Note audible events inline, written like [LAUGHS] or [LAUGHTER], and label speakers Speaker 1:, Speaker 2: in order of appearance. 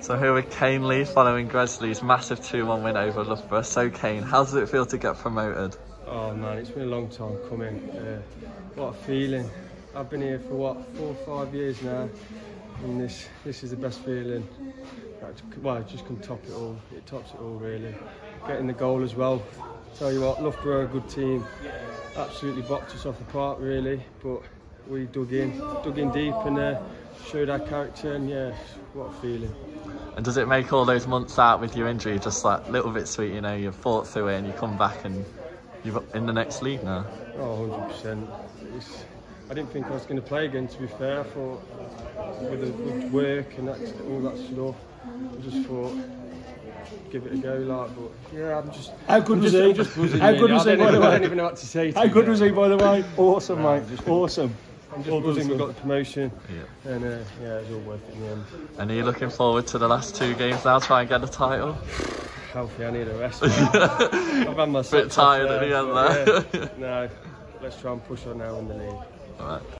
Speaker 1: So here with Kane Lee following Gresley's massive 2-1 win over Loughborough. So Kane, how does it feel to get promoted?
Speaker 2: Oh man, it's been a long time coming. Uh, what a feeling. I've been here for what, four or five years now, and this this is the best feeling. Like, to- Well, it just can top it all. It tops it all, really. Getting the goal as well. Tell you what, Loughborough are a good team. Absolutely boxed us off apart, really, but we dug in, dug in deep and uh, showed our character, and yeah, what a feeling.
Speaker 1: And does it make all those months out with your injury just like a little bit sweet, you know, you've fought through it and you come back and you're in the next league now?
Speaker 2: Oh, 100%. It's, I didn't think I was going to play again, to be fair. I thought, with, the, with work and that, all that stuff, I just thought, give it a go, like, but yeah, I'm just.
Speaker 3: How good was
Speaker 2: I'm
Speaker 3: he?
Speaker 2: just buzzing,
Speaker 3: How
Speaker 2: really.
Speaker 3: good was
Speaker 2: I
Speaker 3: he,
Speaker 2: don't
Speaker 3: by the
Speaker 2: even- I don't
Speaker 3: way?
Speaker 2: even know what to say. To
Speaker 3: How
Speaker 2: be
Speaker 3: good
Speaker 2: fair.
Speaker 3: was he, by the way? Awesome, mate.
Speaker 2: just-
Speaker 3: Awesome.
Speaker 2: I'm just buzzing we got the promotion,
Speaker 1: Yeah.
Speaker 2: and uh, yeah, it was all worth it in the end.
Speaker 1: And are you looking forward to the last two games now, try and get the title?
Speaker 2: Healthy, I need a rest.
Speaker 3: [LAUGHS]
Speaker 2: I've had my
Speaker 1: Bit tired at the end there.
Speaker 3: [LAUGHS]
Speaker 2: No, let's try and push on now in the league.
Speaker 1: All right.